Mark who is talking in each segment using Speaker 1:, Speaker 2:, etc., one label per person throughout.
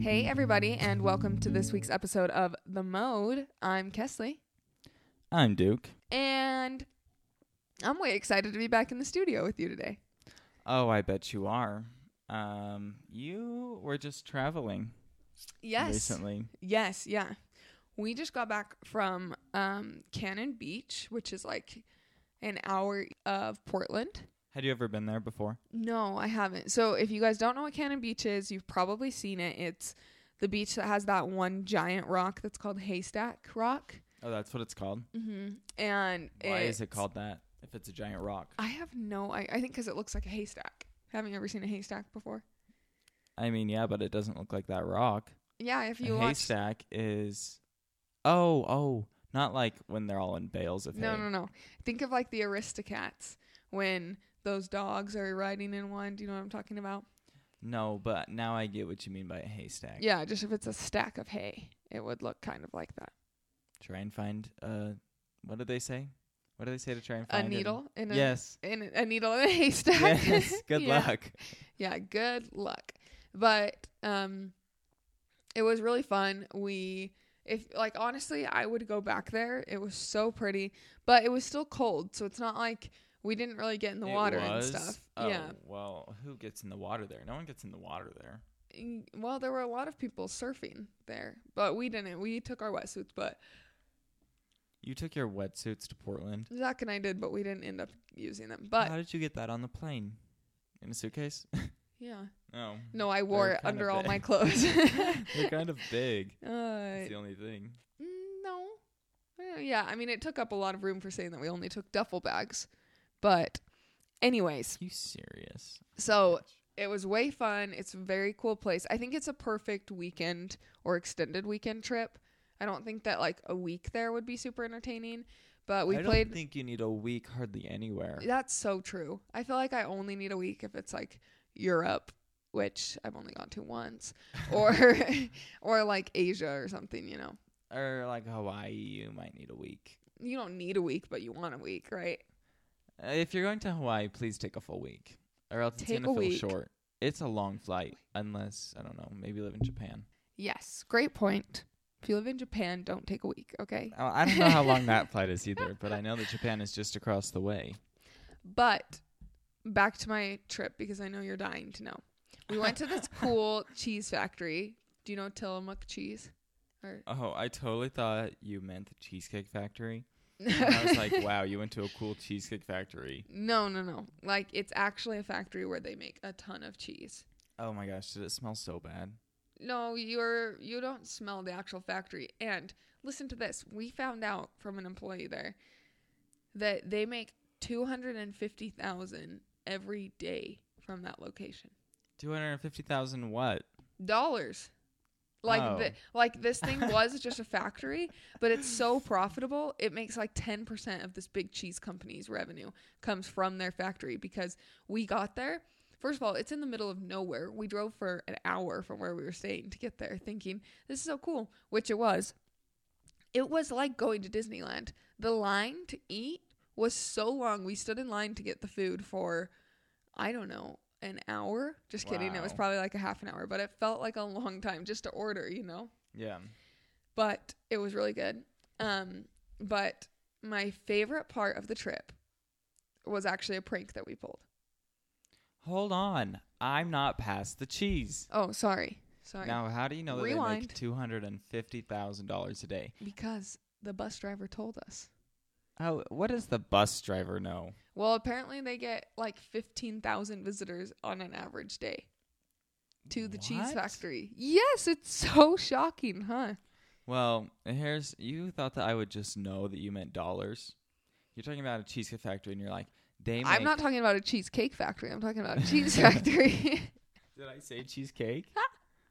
Speaker 1: Hey, everybody, and welcome to this week's episode of The Mode. I'm Kesley,
Speaker 2: I'm Duke.
Speaker 1: and I'm way excited to be back in the studio with you today.
Speaker 2: Oh, I bet you are. Um, you were just traveling
Speaker 1: Yes.
Speaker 2: recently.
Speaker 1: Yes, yeah. We just got back from um, Cannon Beach, which is like an hour of Portland.
Speaker 2: Had you ever been there before?
Speaker 1: No, I haven't. So if you guys don't know what Cannon Beach is, you've probably seen it. It's the beach that has that one giant rock that's called Haystack Rock.
Speaker 2: Oh, that's what it's called.
Speaker 1: Mm-hmm. And
Speaker 2: Why is it
Speaker 1: it's-
Speaker 2: called that? If it's a giant rock,
Speaker 1: I have no. I, I think because it looks like a haystack. Haven't you ever seen a haystack before?
Speaker 2: I mean, yeah, but it doesn't look like that rock.
Speaker 1: Yeah, if
Speaker 2: A
Speaker 1: you watch.
Speaker 2: haystack is. Oh, oh, not like when they're all in bales of
Speaker 1: No,
Speaker 2: hay.
Speaker 1: no, no. Think of like the Aristocats when those dogs are riding in one. Do you know what I'm talking about?
Speaker 2: No, but now I get what you mean by a haystack.
Speaker 1: Yeah, just if it's a stack of hay, it would look kind of like that.
Speaker 2: Try and find. Uh, what did they say? What do they say to try and find
Speaker 1: a
Speaker 2: an-
Speaker 1: needle in a
Speaker 2: yes.
Speaker 1: in a, a needle in a haystack.
Speaker 2: yes. Good
Speaker 1: Yeah.
Speaker 2: luck.
Speaker 1: Yeah, good luck. But um it was really fun. We if like honestly, I would go back there. It was so pretty, but it was still cold, so it's not like we didn't really get in the
Speaker 2: It
Speaker 1: water
Speaker 2: was?
Speaker 1: and stuff.
Speaker 2: Oh,
Speaker 1: Yeah.
Speaker 2: Well, who gets in the water there? No one gets in the water there.
Speaker 1: Mm, Well, there were a lot of people surfing there, but we didn't. We took our wetsuits, but
Speaker 2: You took your wetsuits to Portland.
Speaker 1: Zach and I did, but we didn't end up using them. But
Speaker 2: How did you get that on the plane? In a suitcase?
Speaker 1: yeah.
Speaker 2: no.
Speaker 1: No, I wore it
Speaker 2: kind
Speaker 1: under
Speaker 2: of
Speaker 1: all
Speaker 2: big.
Speaker 1: my clothes.
Speaker 2: They're kind of big.
Speaker 1: uh,
Speaker 2: That's the only thing.
Speaker 1: Mm, No. Uh, Yeah, I mean, it took up a lot of room for saying that we only took duffel bags. But, anyways,
Speaker 2: You serious?
Speaker 1: so it was way fun. It's a very cool place. I think it's a perfect weekend or extended weekend trip. I don't think that like a week there would be super entertaining, but we
Speaker 2: I
Speaker 1: played.
Speaker 2: don't think you need a week hardly anywhere.
Speaker 1: that's so true. I feel like I only need a week if it's like Europe, which I've only gone to once, or or like Asia or something, you know.
Speaker 2: Or like Hawaii, you might need a week.
Speaker 1: You don't need a week, but you want a week, right?
Speaker 2: Uh, if you're going to Hawaii, please take a full week. Or else
Speaker 1: Take
Speaker 2: it's
Speaker 1: a
Speaker 2: going to feel
Speaker 1: week.
Speaker 2: short. It's a long flight unless, I don't know, maybe you live in Japan.
Speaker 1: Yes, great point. If you live in Japan, don't take a week, okay?
Speaker 2: Oh, I don't know how long that flight is either, but I know that Japan is just across the way.
Speaker 1: But back to my trip because I know you're dying to know. We went to this cool cheese factory. Do you know Tillamook cheese? Or
Speaker 2: Oh, I totally thought you meant the Cheesecake Factory. And I was like, wow, you went to a cool Cheesecake Factory.
Speaker 1: no, no, no. Like it's actually a factory where they make a ton of cheese.
Speaker 2: Oh my gosh, did it smell so bad?
Speaker 1: No, you're you don't smell the actual factory. And listen to this. We found out from an employee there that they make 250,000 every day from that location.
Speaker 2: 250,000 what?
Speaker 1: dollars. Like
Speaker 2: Oh.
Speaker 1: thi- like this thing was just a factory, but it's so profitable. It makes like 10% of this big cheese company's revenue comes from their factory because we got there. First of all, it's in the middle of nowhere. We drove for an hour from where we were staying to get there thinking, this is so cool, which it was. It was like going to Disneyland. The line to eat was so long. We stood in line to get the food for I don't know, an hour. Just kidding. It was
Speaker 2: Wow.
Speaker 1: probably like a half an hour, but it felt like a long time just to order, you know?
Speaker 2: Yeah.
Speaker 1: But it was really good. Um, but my favorite part of the trip was actually a prank that we pulled.
Speaker 2: Hold on. I'm not past the cheese.
Speaker 1: Oh, sorry. Sorry.
Speaker 2: Now, how do you know that
Speaker 1: Rewind.
Speaker 2: they make $250,000 a day?
Speaker 1: Because the bus driver told us.
Speaker 2: How, Oh, what does the bus driver know?
Speaker 1: Well, apparently they get like 15,000 visitors on an average day to the cheese
Speaker 2: What?
Speaker 1: factory. Yes, it's so shocking, huh?
Speaker 2: Well, here's you thought that I would just know that you meant dollars. You're talking about a cheesecake factory, and you're like, they. Make,
Speaker 1: I'm not talking about a cheesecake factory. I'm talking about a cheese factory.
Speaker 2: Did I say cheesecake?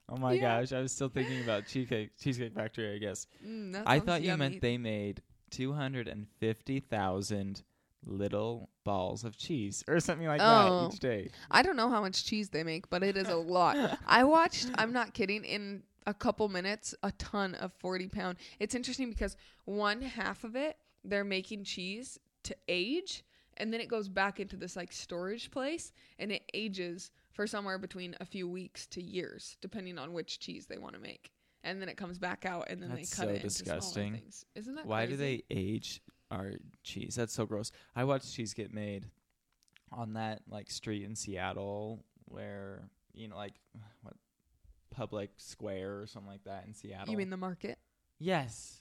Speaker 2: oh my
Speaker 1: Yeah.
Speaker 2: gosh, I was still thinking about cheesecake cheesecake factory. I guess
Speaker 1: Mm, that
Speaker 2: I
Speaker 1: sounds
Speaker 2: thought you
Speaker 1: yummy.
Speaker 2: meant they made two hundred and fifty thousand little balls of cheese or something like
Speaker 1: Oh.
Speaker 2: that each day.
Speaker 1: I don't know how much cheese they make, but it is a lot. I watched. I'm not kidding. In a couple minutes, a ton of 40 pound. It's interesting because one half of it they're making cheese to age and then it goes back into this like storage place and it ages for somewhere between a few weeks to years depending on which cheese they want to make and then it comes back out and then
Speaker 2: That's
Speaker 1: they cut
Speaker 2: so
Speaker 1: it into
Speaker 2: disgusting.
Speaker 1: smaller things isn't that
Speaker 2: Why do
Speaker 1: crazy?
Speaker 2: they age our cheese? That's so gross. I watched cheese get made on that like street in Seattle where you know like what public square or something like that in Seattle.
Speaker 1: you mean the market
Speaker 2: Yes.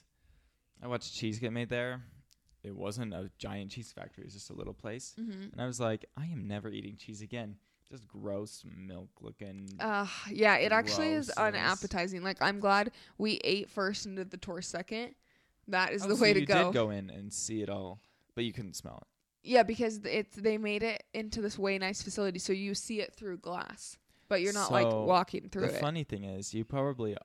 Speaker 2: I watched cheese get made there. It wasn't a giant cheese factory, it was just a little place.
Speaker 1: mm-hmm.
Speaker 2: And I was like, I am never eating cheese again. Just gross milk looking
Speaker 1: Uh, yeah, it actually is
Speaker 2: Grossness.
Speaker 1: unappetizing. Like, I'm glad we ate first and did the tour second. That is
Speaker 2: Oh,
Speaker 1: the
Speaker 2: so
Speaker 1: way to
Speaker 2: you
Speaker 1: go.
Speaker 2: did go in and see it all, but you couldn't smell it.
Speaker 1: Yeah, because th- it's they made it into this way nice facility, so you see it through glass, but you're not like
Speaker 2: So,
Speaker 1: walking through
Speaker 2: the
Speaker 1: it.
Speaker 2: funny thing is, you probably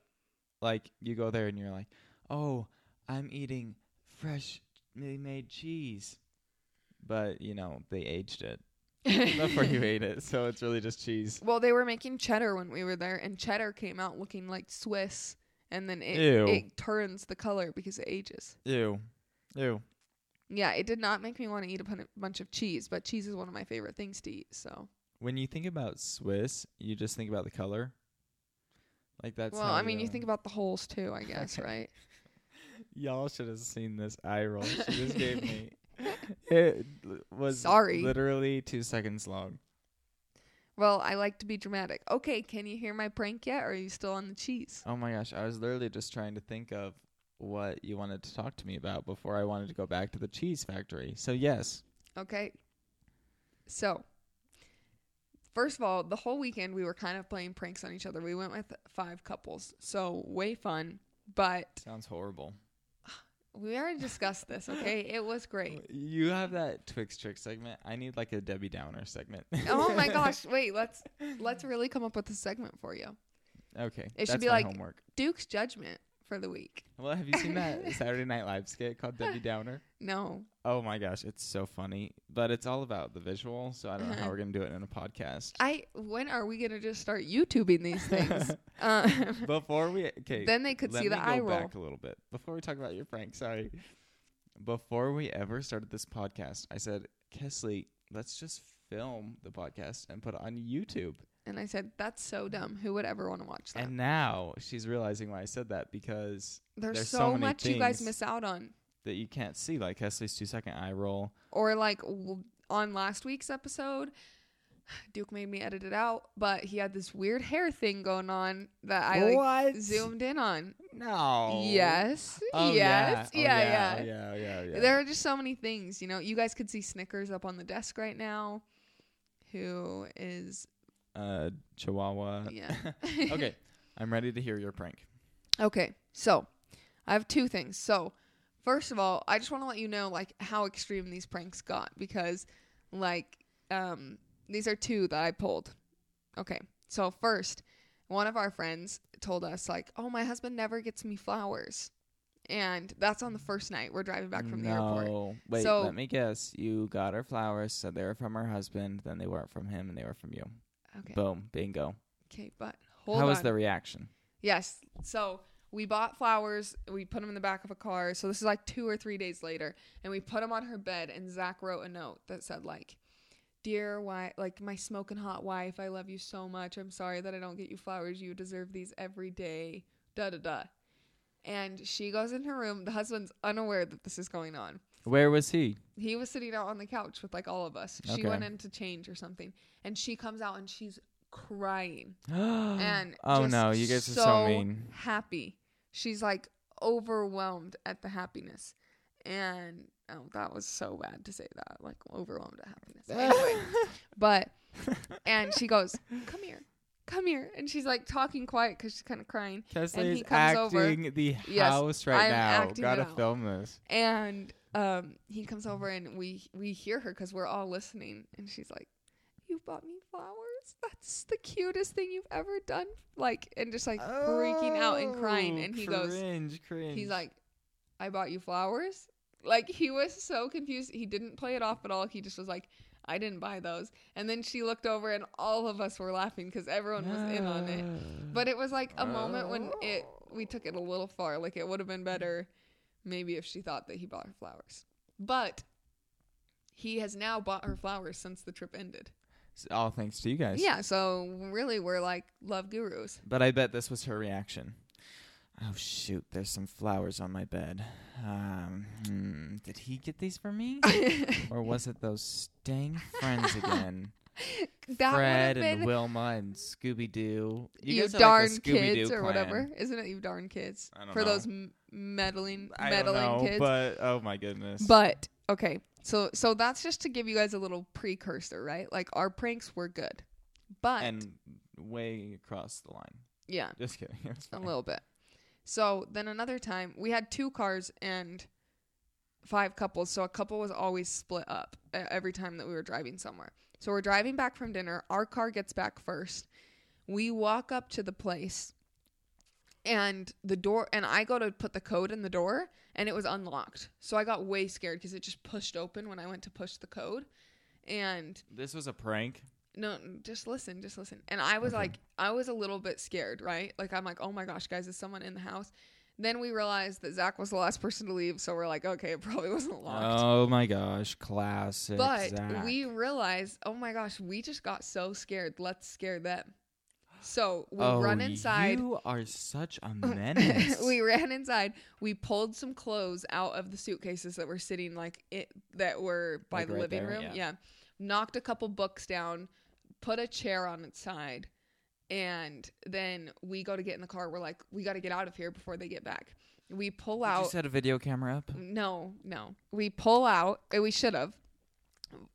Speaker 2: like you go there and you're like, "Oh, I'm eating fresh made cheese," but you know they aged it before you ate it, so it's really just cheese.
Speaker 1: well, they were making cheddar when we were there, and cheddar came out looking like Swiss, and then it
Speaker 2: Ew.
Speaker 1: it turns the color because it ages.
Speaker 2: Ew, ew.
Speaker 1: Yeah, it did not make me want to eat a pun- bunch of cheese, but cheese is one of my favorite things to eat. So,
Speaker 2: When you think about Swiss, you just think about the color. Like that's
Speaker 1: well,
Speaker 2: how
Speaker 1: I mean, you think about the holes too, I guess, right?
Speaker 2: y'all should have seen this eye roll she just gave me. It l- was
Speaker 1: Sorry.
Speaker 2: literally two seconds long.
Speaker 1: Well, I like to be dramatic. Okay, can you hear my prank yet? Or are you still on the cheese?
Speaker 2: Oh my gosh, I was literally just trying to think of what you wanted to talk to me about before I wanted to go back to the cheese factory. So yes,
Speaker 1: Okay. So, first of all, the whole weekend we were kind of playing pranks on each other. We went with five couples, so way fun. But
Speaker 2: sounds horrible.
Speaker 1: we already discussed this, okay? It was great.
Speaker 2: You have that Twix trick segment. I need like a Debbie Downer segment.
Speaker 1: Oh my gosh! Wait, let's let's really come up with a segment for you.
Speaker 2: okay,
Speaker 1: It should
Speaker 2: that's
Speaker 1: be
Speaker 2: my
Speaker 1: like-
Speaker 2: homework.
Speaker 1: Duke's judgment for the week.
Speaker 2: Well, have you seen that Saturday Night Live skit called Debbie Downer?
Speaker 1: No,
Speaker 2: Oh my gosh, it's so funny, but it's all about the visual. So I don't know
Speaker 1: Uh-huh.
Speaker 2: how we're gonna do it in a podcast.
Speaker 1: I. When are we gonna just start YouTubing these things? Um,
Speaker 2: Before we okay,
Speaker 1: then they could
Speaker 2: let
Speaker 1: see the
Speaker 2: me
Speaker 1: eye
Speaker 2: go
Speaker 1: roll.
Speaker 2: back a little bit before we talk about your prank. Sorry. Before we ever started this podcast, I said, Kesley, let's just film the podcast and put it on YouTube.
Speaker 1: And I said, "That's so dumb. Who would ever want to watch that?"
Speaker 2: And now she's realizing why I said that because
Speaker 1: there's,
Speaker 2: there's
Speaker 1: so,
Speaker 2: so many
Speaker 1: much you guys
Speaker 2: things.
Speaker 1: miss out on.
Speaker 2: that you can't see like Kesley's two second eye roll.
Speaker 1: Or like w- on last week's episode, Duke made me edit it out, but he had this weird hair thing going on that I like
Speaker 2: what?
Speaker 1: zoomed in on.
Speaker 2: No.
Speaker 1: Yes,
Speaker 2: Oh,
Speaker 1: yes,
Speaker 2: Yeah. Oh,
Speaker 1: yeah,
Speaker 2: yeah.
Speaker 1: yeah.
Speaker 2: oh, yeah. oh, yeah. yeah.
Speaker 1: There are just so many things, you know. You guys could see Snickers up on the desk right now. Who is?
Speaker 2: uh, Chihuahua.
Speaker 1: Yeah.
Speaker 2: okay. I'm ready to hear your prank.
Speaker 1: Okay, so I have two things. So, first of all, I just want to let you know like how extreme these pranks got because like um these are two that I pulled. Okay. So, first, one of our friends told us like, "Oh, my husband never gets me flowers." And that's on the first night we're driving back from the airport.
Speaker 2: No. Wait,
Speaker 1: So-
Speaker 2: let me guess. You got her flowers, so they were from her husband, then they weren't from him, and they were from you.
Speaker 1: Okay.
Speaker 2: Boom, bingo.
Speaker 1: okay, but hold
Speaker 2: How
Speaker 1: on.
Speaker 2: was the reaction?
Speaker 1: Yes. So we bought flowers. We put them in the back of a car. So this is like two or three days later, and we put them on her bed. And Zach wrote a note that said like, "Dear wife, like my smoking hot wife, I love you so much. I'm sorry that I don't get you flowers. You deserve these every day." Da da da. And she goes in her room. The husband's unaware that this is going on
Speaker 2: Where was he?
Speaker 1: he was sitting out on the couch with like all of us. She
Speaker 2: Okay.
Speaker 1: went in to change or something, and she comes out and she's crying and
Speaker 2: and oh
Speaker 1: just
Speaker 2: no, you guys are so mean.
Speaker 1: happy. She's like overwhelmed at the happiness, and oh, that was so bad to say that, like overwhelmed at happiness. Anyway, but and she goes, "Come here, come here," and she's like talking quiet because she's kind of crying, And he
Speaker 2: Kesley's
Speaker 1: comes over.
Speaker 2: acting the
Speaker 1: Yes,
Speaker 2: house right
Speaker 1: I'm
Speaker 2: now.
Speaker 1: acting it
Speaker 2: Gotta
Speaker 1: out.
Speaker 2: film this.
Speaker 1: and um, he comes over and we we hear her because we're all listening, and she's like. You bought me flowers. That's the cutest thing you've ever done. Like, and just like freaking out and crying.
Speaker 2: Oh,
Speaker 1: And he goes,
Speaker 2: cringe, cringe.
Speaker 1: he's like, I bought you flowers. Like he was so confused. He didn't play it off at all. He just was like, I didn't buy those. And then she looked over and all of us were laughing because everyone was in on
Speaker 2: Ah.
Speaker 1: it. But it was like a moment when it we took it a little far. Like it would have been better maybe if she thought that he bought her flowers. But He has now bought her flowers since the trip ended.
Speaker 2: S- All thanks to you guys.
Speaker 1: Yeah, so really we're like love gurus.
Speaker 2: But I bet this was her reaction. Oh shoot, there's some flowers on my bed. Um, hmm, did he get these for me? or was it those staying friends again?
Speaker 1: that would have
Speaker 2: Fred and
Speaker 1: been
Speaker 2: Wilma and Scooby Doo.
Speaker 1: you,
Speaker 2: guys are
Speaker 1: darn
Speaker 2: like the Scooby-Doo
Speaker 1: kids or
Speaker 2: clan.
Speaker 1: whatever, isn't it? You darn kids
Speaker 2: I don't
Speaker 1: for
Speaker 2: know.
Speaker 1: those m- meddling
Speaker 2: I don't
Speaker 1: meddling
Speaker 2: know,
Speaker 1: kids.
Speaker 2: but oh my goodness.
Speaker 1: But okay, so so that's just to give you guys a little precursor, right? Like our pranks were good, but
Speaker 2: and way across the line.
Speaker 1: yeah,
Speaker 2: Just kidding. It was
Speaker 1: a
Speaker 2: fine.
Speaker 1: little bit. So then another time we had two cars and five couples, so a couple was always split up e- every time that we were driving somewhere. So we're driving back from dinner. Our car gets back first. We walk up to the place, and the door, and I go to put the code in the door, and it was unlocked. So I got way scared because it just pushed open when I went to push the code. And
Speaker 2: This was a prank.
Speaker 1: no, n- just listen, just listen. And I was
Speaker 2: Okay.
Speaker 1: like, I was a little bit scared, right? Like, I'm like, oh my gosh, guys, is someone in the house? Then we realized that Zach was the last person to leave, so we're like, okay, it probably wasn't locked.
Speaker 2: Oh my gosh, classic.
Speaker 1: but
Speaker 2: Oh, Zach.
Speaker 1: we realized, oh my gosh, we just got so scared. Let's scare them. So we
Speaker 2: oh,
Speaker 1: run inside.
Speaker 2: You are such a menace.
Speaker 1: we ran inside. We pulled some clothes out of the suitcases that were sitting like it that were by
Speaker 2: Like
Speaker 1: the
Speaker 2: right
Speaker 1: living
Speaker 2: there,
Speaker 1: room.
Speaker 2: yeah.
Speaker 1: yeah. Knocked a couple books down, put a chair on its side, and then we go to get in the car. We're like, we got to get out of here before they get back. We pull
Speaker 2: Did
Speaker 1: out.
Speaker 2: you set a video camera up?
Speaker 1: No, no. We pull out. and We should have.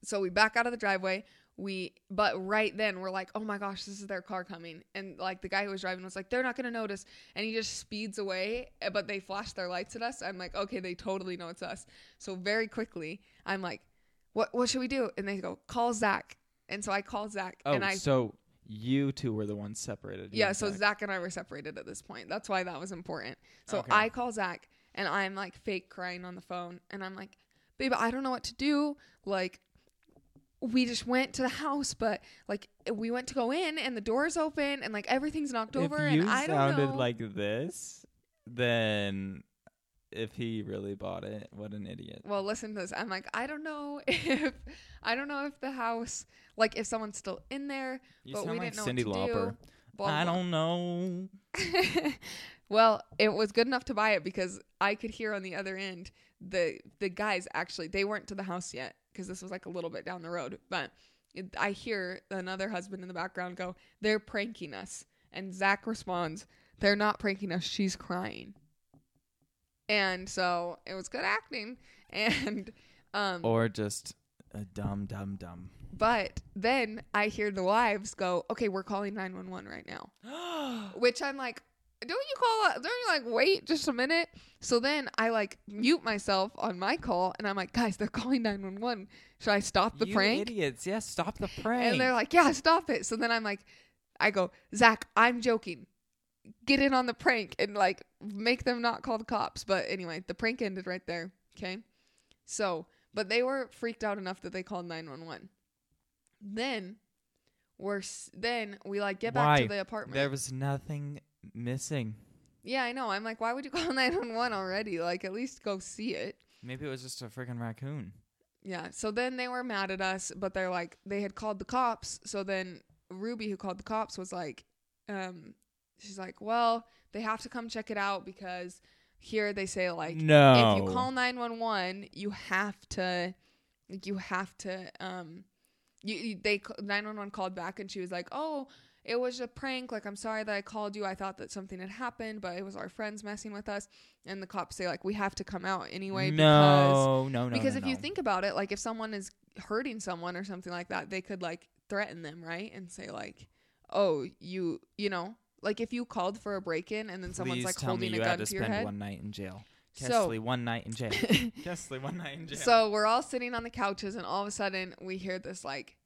Speaker 1: So we back out of the driveway. We, but right then we're like, oh my gosh, this is their car coming. And like the guy who was driving was like, they're not going to notice. And he just speeds away, eh, but they flash their lights at us. I'm like, okay, they totally know it's us. So very quickly, I'm like, what, what should we do? And they go, call Zach. And so I call Zach
Speaker 2: Oh,
Speaker 1: and I,
Speaker 2: so you two were the ones separated. you
Speaker 1: yeah,
Speaker 2: and
Speaker 1: so Zach and I were separated at this point. That's why that was important. So
Speaker 2: Okay.
Speaker 1: I call Zach and I'm like fake crying on the phone and I'm like, babe, I don't know what to do. Like, we just went to the house, but like we went to go in and the door's open and like everything's knocked
Speaker 2: If
Speaker 1: over
Speaker 2: you
Speaker 1: and I don't
Speaker 2: sounded
Speaker 1: know.
Speaker 2: like this, then if he really bought it, what an idiot.
Speaker 1: well, listen to this. I'm like, I don't know if I don't know if the house like if someone's still in there.
Speaker 2: You
Speaker 1: but
Speaker 2: sound
Speaker 1: we
Speaker 2: like
Speaker 1: didn't know
Speaker 2: Cindy
Speaker 1: what to
Speaker 2: Lauper.
Speaker 1: do. Blah,
Speaker 2: I
Speaker 1: blah, Mm.
Speaker 2: don't know.
Speaker 1: well, it was good enough to buy it because I could hear on the other end the the guys actually they weren't to the house yet because this was like a little bit down the road, but it, I hear another husband in the background go, "They're pranking us," and Zach responds, "They're not pranking us. She's crying." And so it was good acting, and um,
Speaker 2: Or just a dumb, dumb, dumb.
Speaker 1: but then I hear the wives go, "Okay, we're calling nine one one right now." which I'm like, don't you call? Don't you like wait just a minute? So then I like mute myself on my call, and I'm like, guys, they're calling nine one one. Should I stop the
Speaker 2: you
Speaker 1: prank?
Speaker 2: idiots. Yes, stop the prank.
Speaker 1: And they're like, yeah, stop it. So then I'm like, I go, Zach, I'm joking. Get in on the prank and like make them not call the cops. But anyway, the prank ended right there. Okay. So, but they were freaked out enough that they called 911. Then we're, s- then we like get back
Speaker 2: Why?
Speaker 1: to the apartment.
Speaker 2: there was nothing missing.
Speaker 1: Yeah, I know. I'm like, why would you call 911 already? Like, at least go see it.
Speaker 2: Maybe it was just a freaking raccoon.
Speaker 1: Yeah. So then they were mad at us, but they're like, they had called the cops. So then Ruby, who called the cops, was like, um, she's like, well, they have to come check it out because here they say, like,
Speaker 2: no.
Speaker 1: if you call 911 you have to like you have to um you, you they c- 911 called back and she was like oh it was a prank like i'm sorry that i called you i thought that something had happened but it was our friends messing with us and the cops say like we have to come out anyway because
Speaker 2: no, no, no.
Speaker 1: because
Speaker 2: no,
Speaker 1: if you
Speaker 2: no.
Speaker 1: think about it like if someone is hurting someone or something like that they could like threaten them right and say like oh you you know like if you called for a break-in and then someone's
Speaker 2: Please
Speaker 1: like
Speaker 2: tell
Speaker 1: holding
Speaker 2: me
Speaker 1: a
Speaker 2: you
Speaker 1: gun
Speaker 2: had
Speaker 1: to,
Speaker 2: to
Speaker 1: your
Speaker 2: spend
Speaker 1: head
Speaker 2: one night in jail.
Speaker 1: So-
Speaker 2: Kesley, one night in jail. Kesley, one night in jail.
Speaker 1: So we're all sitting on the couches, and all of a sudden we hear this like,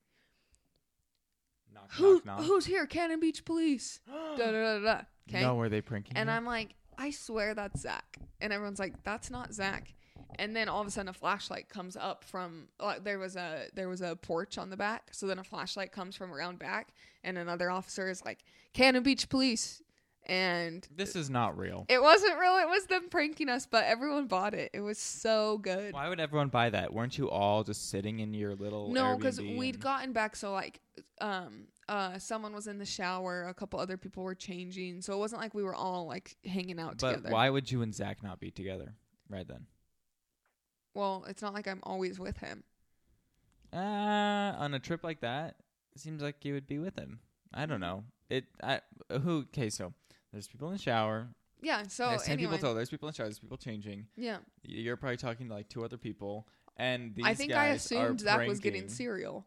Speaker 2: knock,
Speaker 1: "Who
Speaker 2: knock, knock.
Speaker 1: who's here? Cannon Beach Police." da da da da. Okay.
Speaker 2: No, were they pranking?
Speaker 1: and
Speaker 2: you?
Speaker 1: I'm like, I swear that's Zach. And everyone's like, that's not Zach. And then all of a sudden a flashlight comes up from like there was a there was a porch on the back. So then a flashlight comes from around back, and another officer is like, Cannon Beach Police. and
Speaker 2: This is not real.
Speaker 1: it wasn't real. It was them pranking us, but everyone bought it. It was so good.
Speaker 2: Why would everyone buy that? Weren't you all just sitting in your little
Speaker 1: No, because
Speaker 2: Airbnb
Speaker 1: we'd
Speaker 2: and-
Speaker 1: gotten back. So like, um, uh, someone was in the shower. A couple other people were changing. So it wasn't like we were all like hanging out
Speaker 2: But
Speaker 1: together.
Speaker 2: why would you and Zach not be together right then?
Speaker 1: Well, it's not like I'm always with him.
Speaker 2: Uh, on a trip like that, it seems like you would be with him. I don't know. It I who okay, so there's people in the shower.
Speaker 1: Yeah. So
Speaker 2: there's ten
Speaker 1: anyway,
Speaker 2: people total. There's people in the shower, there's people changing.
Speaker 1: yeah.
Speaker 2: Y- You're probably talking to like two other people and these
Speaker 1: I think I
Speaker 2: guys are
Speaker 1: assumed Zach was getting
Speaker 2: pranking-
Speaker 1: cereal.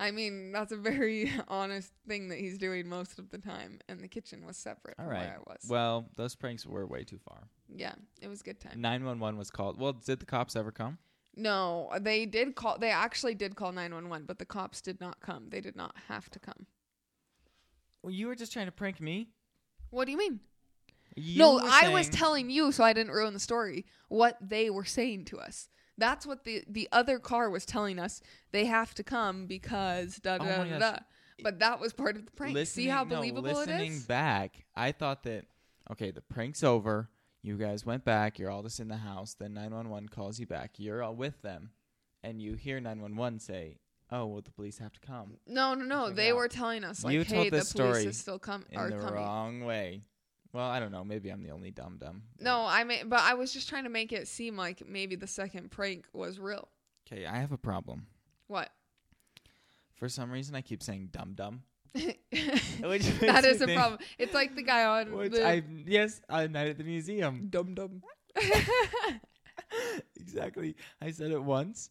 Speaker 1: I mean, that's a very honest thing that he's doing most of the time, and the kitchen was separate
Speaker 2: All
Speaker 1: from
Speaker 2: right.
Speaker 1: where I was.
Speaker 2: Well, those pranks were way too far.
Speaker 1: yeah, it was a good time.
Speaker 2: Nine one one was called. Well, did the cops ever come?
Speaker 1: No, they did call. They actually did call nine one one, but the cops did not come. They did not have to come.
Speaker 2: Well, you were just trying to prank me.
Speaker 1: What do you mean?
Speaker 2: You
Speaker 1: no,
Speaker 2: were
Speaker 1: I was
Speaker 2: saying-
Speaker 1: telling you, so I didn't ruin the story. What they were saying to us. That's what the the other car was telling us. They have to come because da da
Speaker 2: Oh my
Speaker 1: da,
Speaker 2: gosh.
Speaker 1: da. But that was part of the prank. See how
Speaker 2: Listening- no,
Speaker 1: believable
Speaker 2: listening
Speaker 1: it is.
Speaker 2: back, I thought that okay, the prank's over. You guys went back. You're all just in the house. Then 911 calls you back. You're all with them, and you hear 911 say, "Oh, well, the police have to come."
Speaker 1: No, no, no.
Speaker 2: Something
Speaker 1: They
Speaker 2: out.
Speaker 1: were telling us like,
Speaker 2: You
Speaker 1: "Hey,
Speaker 2: told
Speaker 1: the
Speaker 2: this
Speaker 1: police
Speaker 2: story
Speaker 1: is still com-
Speaker 2: In
Speaker 1: are
Speaker 2: the
Speaker 1: coming."
Speaker 2: wrong way. Well, I don't know. Maybe I'm the only dumb dumb.
Speaker 1: No, I mean, but I was just trying to make it seem like maybe the second prank was real.
Speaker 2: Okay, I have a problem.
Speaker 1: What?
Speaker 2: For some reason, I keep saying dumb dumb.
Speaker 1: that
Speaker 2: Which
Speaker 1: is a problem. It's like the guy on
Speaker 2: Which
Speaker 1: the
Speaker 2: I yes, a night at the museum.
Speaker 1: dum dum.
Speaker 2: exactly. I said it once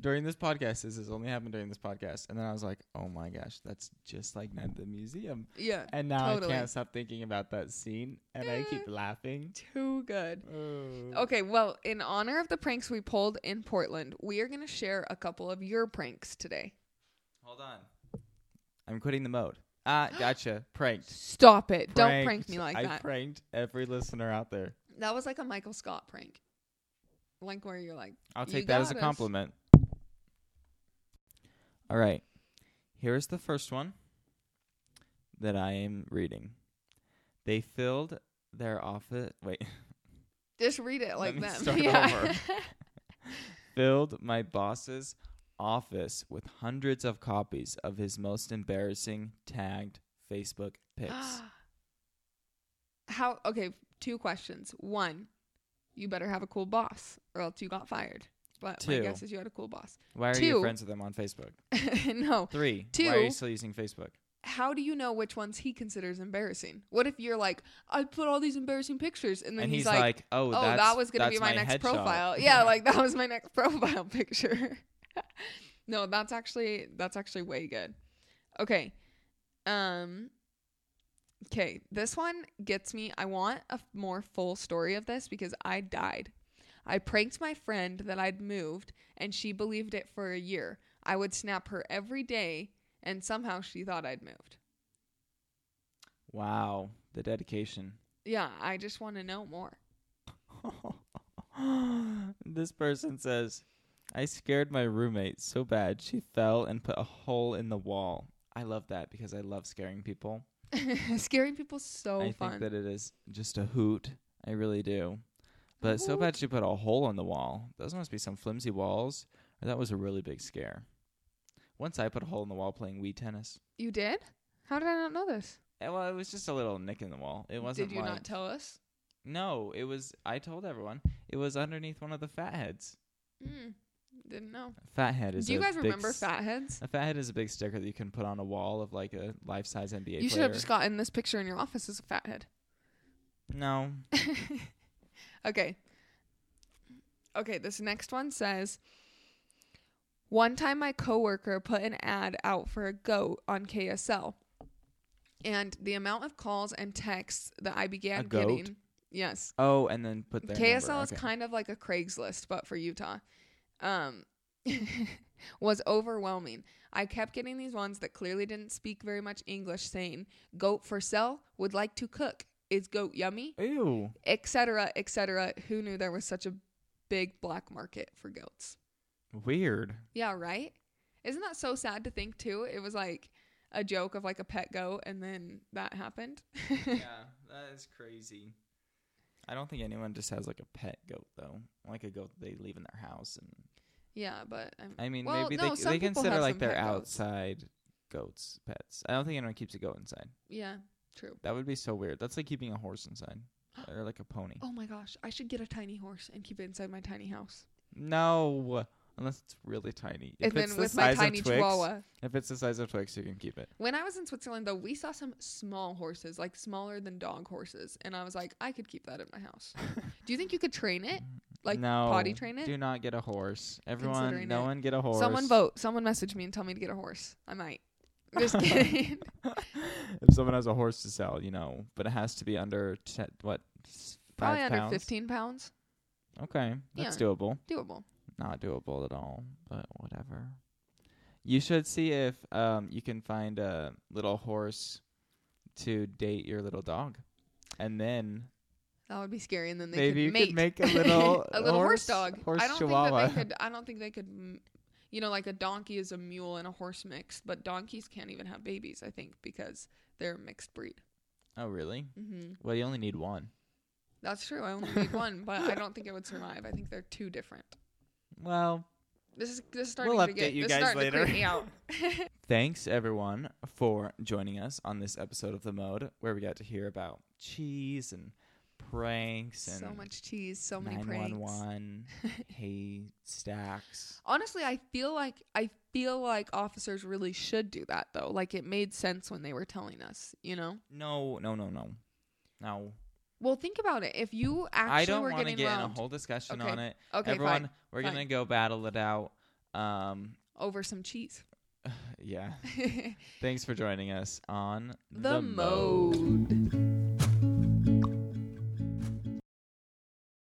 Speaker 2: during this podcast. This has only happened during this podcast. And then I was like, oh my gosh, that's just like Night at the Museum.
Speaker 1: yeah,
Speaker 2: And now
Speaker 1: Totally. Eh.
Speaker 2: I can't stop thinking about that scene. And I keep laughing.
Speaker 1: too good.
Speaker 2: Oh.
Speaker 1: Okay, well, in honor of the pranks we pulled in Portland, we are going to share a couple of your pranks today.
Speaker 2: Hold on. I'm quitting the mode. Ah, gotcha. Pranked.
Speaker 1: Stop it. Don't prank me like
Speaker 2: I
Speaker 1: that.
Speaker 2: pranked every listener out there.
Speaker 1: that was like a Michael Scott prank. Like where you're like,
Speaker 2: I'll
Speaker 1: You
Speaker 2: take that as a
Speaker 1: got us.
Speaker 2: compliment. All right. Here's the first one that I am reading. They filled their office. Wait.
Speaker 1: just read it like
Speaker 2: me
Speaker 1: them.
Speaker 2: start
Speaker 1: yeah.
Speaker 2: filled my boss's office with hundreds of copies of his most embarrassing tagged Facebook pics.
Speaker 1: How okay, two questions. One, you better have a cool boss or else you got fired. But my
Speaker 2: Two.
Speaker 1: guess is you had a cool boss.
Speaker 2: Why are
Speaker 1: Two.
Speaker 2: you friends with them on Facebook?
Speaker 1: no.
Speaker 2: Three. Why are
Speaker 1: Two.
Speaker 2: you still using Facebook?
Speaker 1: How do you know which ones he considers embarrassing? What if you're like, I put all these embarrassing pictures and then
Speaker 2: and
Speaker 1: he's,
Speaker 2: he's, like, "Oh,
Speaker 1: Oh,
Speaker 2: that's,
Speaker 1: that was gonna
Speaker 2: that's
Speaker 1: be my, next
Speaker 2: headshot."
Speaker 1: profile. Yeah, like that was my next profile picture. no, that's actually that's actually way good. Okay. Um Okay, this one gets me. I want a f- more full story of this because I died. I pranked my friend that I'd moved and she believed it for a year. I would snap her every day and somehow she thought I'd moved.
Speaker 2: Wow, the dedication.
Speaker 1: Yeah, I just want to know more.
Speaker 2: this person says, I scared my roommate so bad she fell and put a hole in the wall. I love that because I love scaring people.
Speaker 1: Scaring people's so
Speaker 2: I
Speaker 1: fun.
Speaker 2: think that it is just a hoot. I really do. But so
Speaker 1: Hoot.
Speaker 2: bad she put a hole in the wall. Those must be some flimsy walls. That was a really big scare. Once I put a hole in the wall playing Wii tennis.
Speaker 1: You did? How did I not know this?
Speaker 2: Eh, Well, it was just a little nick in the wall. It wasn't.
Speaker 1: Did you
Speaker 2: like-
Speaker 1: not tell us?
Speaker 2: No, it was. I told everyone it was underneath one of the fatheads.
Speaker 1: Mm, didn't know.
Speaker 2: Fathead is.
Speaker 1: Do you
Speaker 2: a
Speaker 1: guys
Speaker 2: big
Speaker 1: remember
Speaker 2: s-
Speaker 1: fatheads?
Speaker 2: A fathead is a big sticker that you can put on a wall of like a life size NBA player.
Speaker 1: You should have just gotten this picture in your office as a fathead.
Speaker 2: no.
Speaker 1: okay. Okay, this next one says One time my coworker put an ad out for a goat on KSL. And the amount of calls and texts that I began
Speaker 2: goat?
Speaker 1: getting. Yes.
Speaker 2: Oh, and then put their
Speaker 1: KSL
Speaker 2: number.
Speaker 1: is
Speaker 2: Okay.
Speaker 1: kind of like a Craigslist, but for Utah. Um, was overwhelming. I kept getting these ones that clearly didn't speak very much English saying, goat for sale, would like to cook. Is goat yummy?
Speaker 2: Ew.
Speaker 1: Etc. Etc. Who knew there was such a big black market for goats?
Speaker 2: Weird.
Speaker 1: Yeah, right? Isn't that so sad to think too? It was like a joke of like a pet goat, and then that happened.
Speaker 2: yeah, that is crazy. I don't think anyone just has like a pet goat though, like a goat they leave in their house. And
Speaker 1: yeah, but um, I'm,
Speaker 2: I mean,
Speaker 1: Well,
Speaker 2: maybe
Speaker 1: no,
Speaker 2: they
Speaker 1: some
Speaker 2: they
Speaker 1: people
Speaker 2: consider
Speaker 1: have
Speaker 2: like
Speaker 1: some
Speaker 2: their
Speaker 1: pet goats.
Speaker 2: outside goats pets. I don't think anyone keeps a goat inside.
Speaker 1: yeah, true.
Speaker 2: That would be so weird. That's like keeping a horse inside or like a pony.
Speaker 1: Oh my gosh, I should get a tiny horse and keep it inside my tiny house.
Speaker 2: No, unless it's really tiny. If
Speaker 1: and
Speaker 2: it's
Speaker 1: then
Speaker 2: the
Speaker 1: with my
Speaker 2: size of
Speaker 1: tiny
Speaker 2: Twix-
Speaker 1: chihuahua.
Speaker 2: if it's the size of Twix, you can keep it.
Speaker 1: When I was in Switzerland, though, we saw some small horses, like smaller than dog horses, and I was like, I could keep that in my house. Do you think you could train it? Like
Speaker 2: no,
Speaker 1: potty train it?
Speaker 2: Do not get a horse. Everyone,
Speaker 1: Considering
Speaker 2: no
Speaker 1: it.
Speaker 2: one get a horse.
Speaker 1: Someone vote. Someone message me and tell me to get a horse. I might. Just kidding.
Speaker 2: if someone has a horse to sell, you know, but it has to be under te- what? s-
Speaker 1: Probably
Speaker 2: five
Speaker 1: under
Speaker 2: pounds?
Speaker 1: 15 pounds.
Speaker 2: Okay, that's
Speaker 1: Yeah.
Speaker 2: doable.
Speaker 1: Doable.
Speaker 2: Not doable at all, but whatever. You should see if um you can find a little horse to date your little dog, and then
Speaker 1: That would be scary. And then they
Speaker 2: Maybe
Speaker 1: could
Speaker 2: you could
Speaker 1: mate.
Speaker 2: make a little
Speaker 1: a little horse,
Speaker 2: horse-
Speaker 1: dog.
Speaker 2: horse
Speaker 1: I don't
Speaker 2: chihuahua.
Speaker 1: think that they could. I don't think they could. m- You know, like a donkey is a mule and a horse mixed, but donkeys can't even have babies. I think because they're a mixed breed.
Speaker 2: oh really?
Speaker 1: Mm-hmm.
Speaker 2: Well, you only need one.
Speaker 1: That's true. I only need one, but I don't think it would survive. I think they're too different.
Speaker 2: Well,
Speaker 1: This is this is starting
Speaker 2: We'll
Speaker 1: to
Speaker 2: update
Speaker 1: get
Speaker 2: you
Speaker 1: this
Speaker 2: guys
Speaker 1: is starting to
Speaker 2: later.
Speaker 1: creep me out.
Speaker 2: Thanks everyone for joining us on this episode of The Mode, where we got to hear about cheese and pranks and
Speaker 1: so much cheese, so many pranks.
Speaker 2: 911, hay stacks.
Speaker 1: Honestly, I feel like I feel like officers really should do that though. Like it made sense when they were telling us, you know.
Speaker 2: No, no, no, no, no.
Speaker 1: Well, think about it. If you actually
Speaker 2: I don't
Speaker 1: were
Speaker 2: want to
Speaker 1: getting
Speaker 2: get in a
Speaker 1: robbed,
Speaker 2: whole discussion
Speaker 1: Okay.
Speaker 2: on it.
Speaker 1: okay,
Speaker 2: everyone,
Speaker 1: fine,
Speaker 2: we're
Speaker 1: fine.
Speaker 2: gonna go battle it out. Um,
Speaker 1: over some cheese.
Speaker 2: yeah.
Speaker 1: the,
Speaker 2: Thanks for joining us on
Speaker 1: mode.